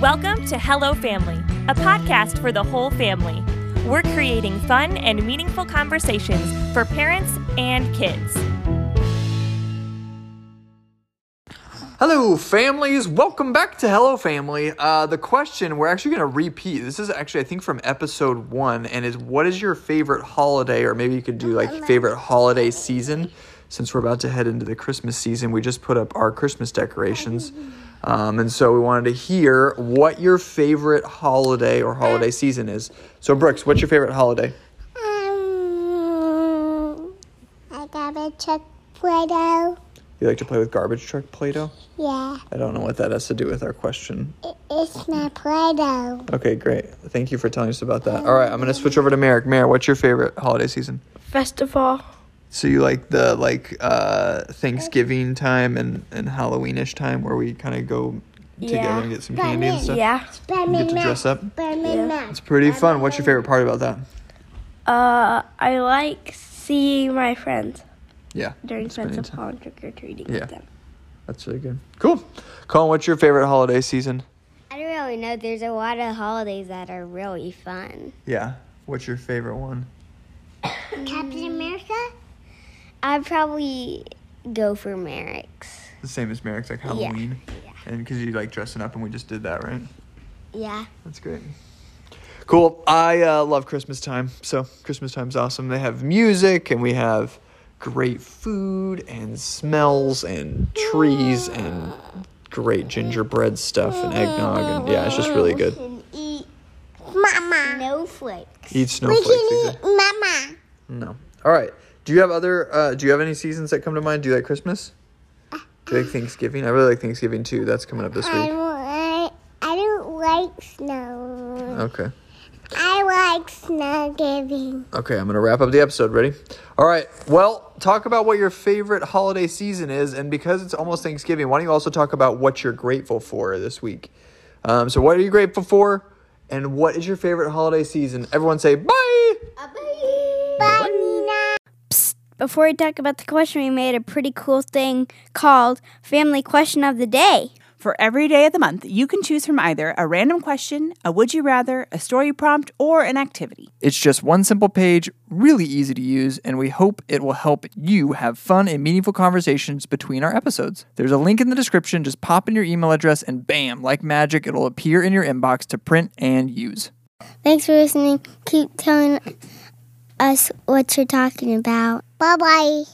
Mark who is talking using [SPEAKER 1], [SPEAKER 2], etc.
[SPEAKER 1] Welcome to Hello Family, a podcast for the whole family. We're creating fun and meaningful conversations for parents and kids.
[SPEAKER 2] Hello, families. Welcome back to Hello Family. Uh, the question we're actually going to repeat. This is actually, I think, from episode one, and is what is your favorite holiday, or maybe you could do like favorite holiday season. Since we're about to head into the Christmas season, we just put up our Christmas decorations, um, and so we wanted to hear what your favorite holiday or holiday season is. So, Brooks, what's your favorite holiday?
[SPEAKER 3] Um, I got a check play-doh.
[SPEAKER 2] You like to play with garbage truck Play-Doh?
[SPEAKER 3] Yeah,
[SPEAKER 2] I don't know what that has to do with our question.
[SPEAKER 3] it, it's my play-doh.
[SPEAKER 2] Okay, great. Thank you for telling us about that. All right, I'm gonna switch over to Merrick. Merrick, what's your favorite holiday season?
[SPEAKER 4] festival.
[SPEAKER 2] So you like the like uh Thanksgiving time and and Halloweenish time where we kind of go together
[SPEAKER 4] Yeah.
[SPEAKER 2] and get some candy and stuff.
[SPEAKER 4] Yeah.
[SPEAKER 3] But
[SPEAKER 2] You get to dress up.
[SPEAKER 3] Yeah.
[SPEAKER 2] It's pretty fun. What's your favorite part about that?
[SPEAKER 4] Uh, I like seeing my friends
[SPEAKER 2] Yeah.
[SPEAKER 4] during
[SPEAKER 2] spending
[SPEAKER 4] Festival
[SPEAKER 2] time.
[SPEAKER 4] and trick or treating
[SPEAKER 2] Yeah.
[SPEAKER 4] with them.
[SPEAKER 2] That's really good. Cool. Colin, what's your favorite holiday season?
[SPEAKER 5] I don't really know. There's a lot of holidays that are really fun.
[SPEAKER 2] Yeah. What's your favorite one?
[SPEAKER 3] Captain America?
[SPEAKER 5] I'd probably go for Merrick's.
[SPEAKER 2] The same as Merrick's, like Halloween. And because you like dressing up, and we just did that, right?
[SPEAKER 5] Yeah.
[SPEAKER 2] That's great. Cool. I uh, love Christmas time. So Christmas time's awesome. They have music and we have great food and smells and trees and great gingerbread stuff and eggnog and yeah, it's just really good.
[SPEAKER 3] Can eat Mama.
[SPEAKER 5] Snowflakes.
[SPEAKER 2] Eat
[SPEAKER 3] We
[SPEAKER 2] snowflakes.
[SPEAKER 3] can
[SPEAKER 2] exactly.
[SPEAKER 3] eat Mama.
[SPEAKER 2] No. All right. Do you have other? Uh, do you have any seasons that come to mind? Do you like Christmas? Do you like Thanksgiving? I really like Thanksgiving too. That's coming up this
[SPEAKER 3] I,
[SPEAKER 2] week.
[SPEAKER 3] like, I don't like snow.
[SPEAKER 2] Okay.
[SPEAKER 3] I like snow giving.
[SPEAKER 2] Okay, I'm going to wrap up the episode. Ready? All right. Well, talk about what your favorite holiday season is. And because it's almost Thanksgiving, why don't you also talk about what you're grateful for this week? Um, so, what are you grateful for? And what is your favorite holiday season? Everyone say bye.
[SPEAKER 3] Bye, Nina.
[SPEAKER 6] Before we talk about the question, we made a pretty cool thing called Family Question of the Day.
[SPEAKER 7] For every day of the month, you can choose from either a random question, a would you rather, a story prompt, or an activity.
[SPEAKER 2] It's just one simple page, really easy to use, and we hope it will help you have fun and meaningful conversations between our episodes. There's a link in the description. Just pop in your email address, and bam, like magic, it'll appear in your inbox to print and use.
[SPEAKER 3] Thanks for listening. Keep telling us what you're talking about. Bye bye.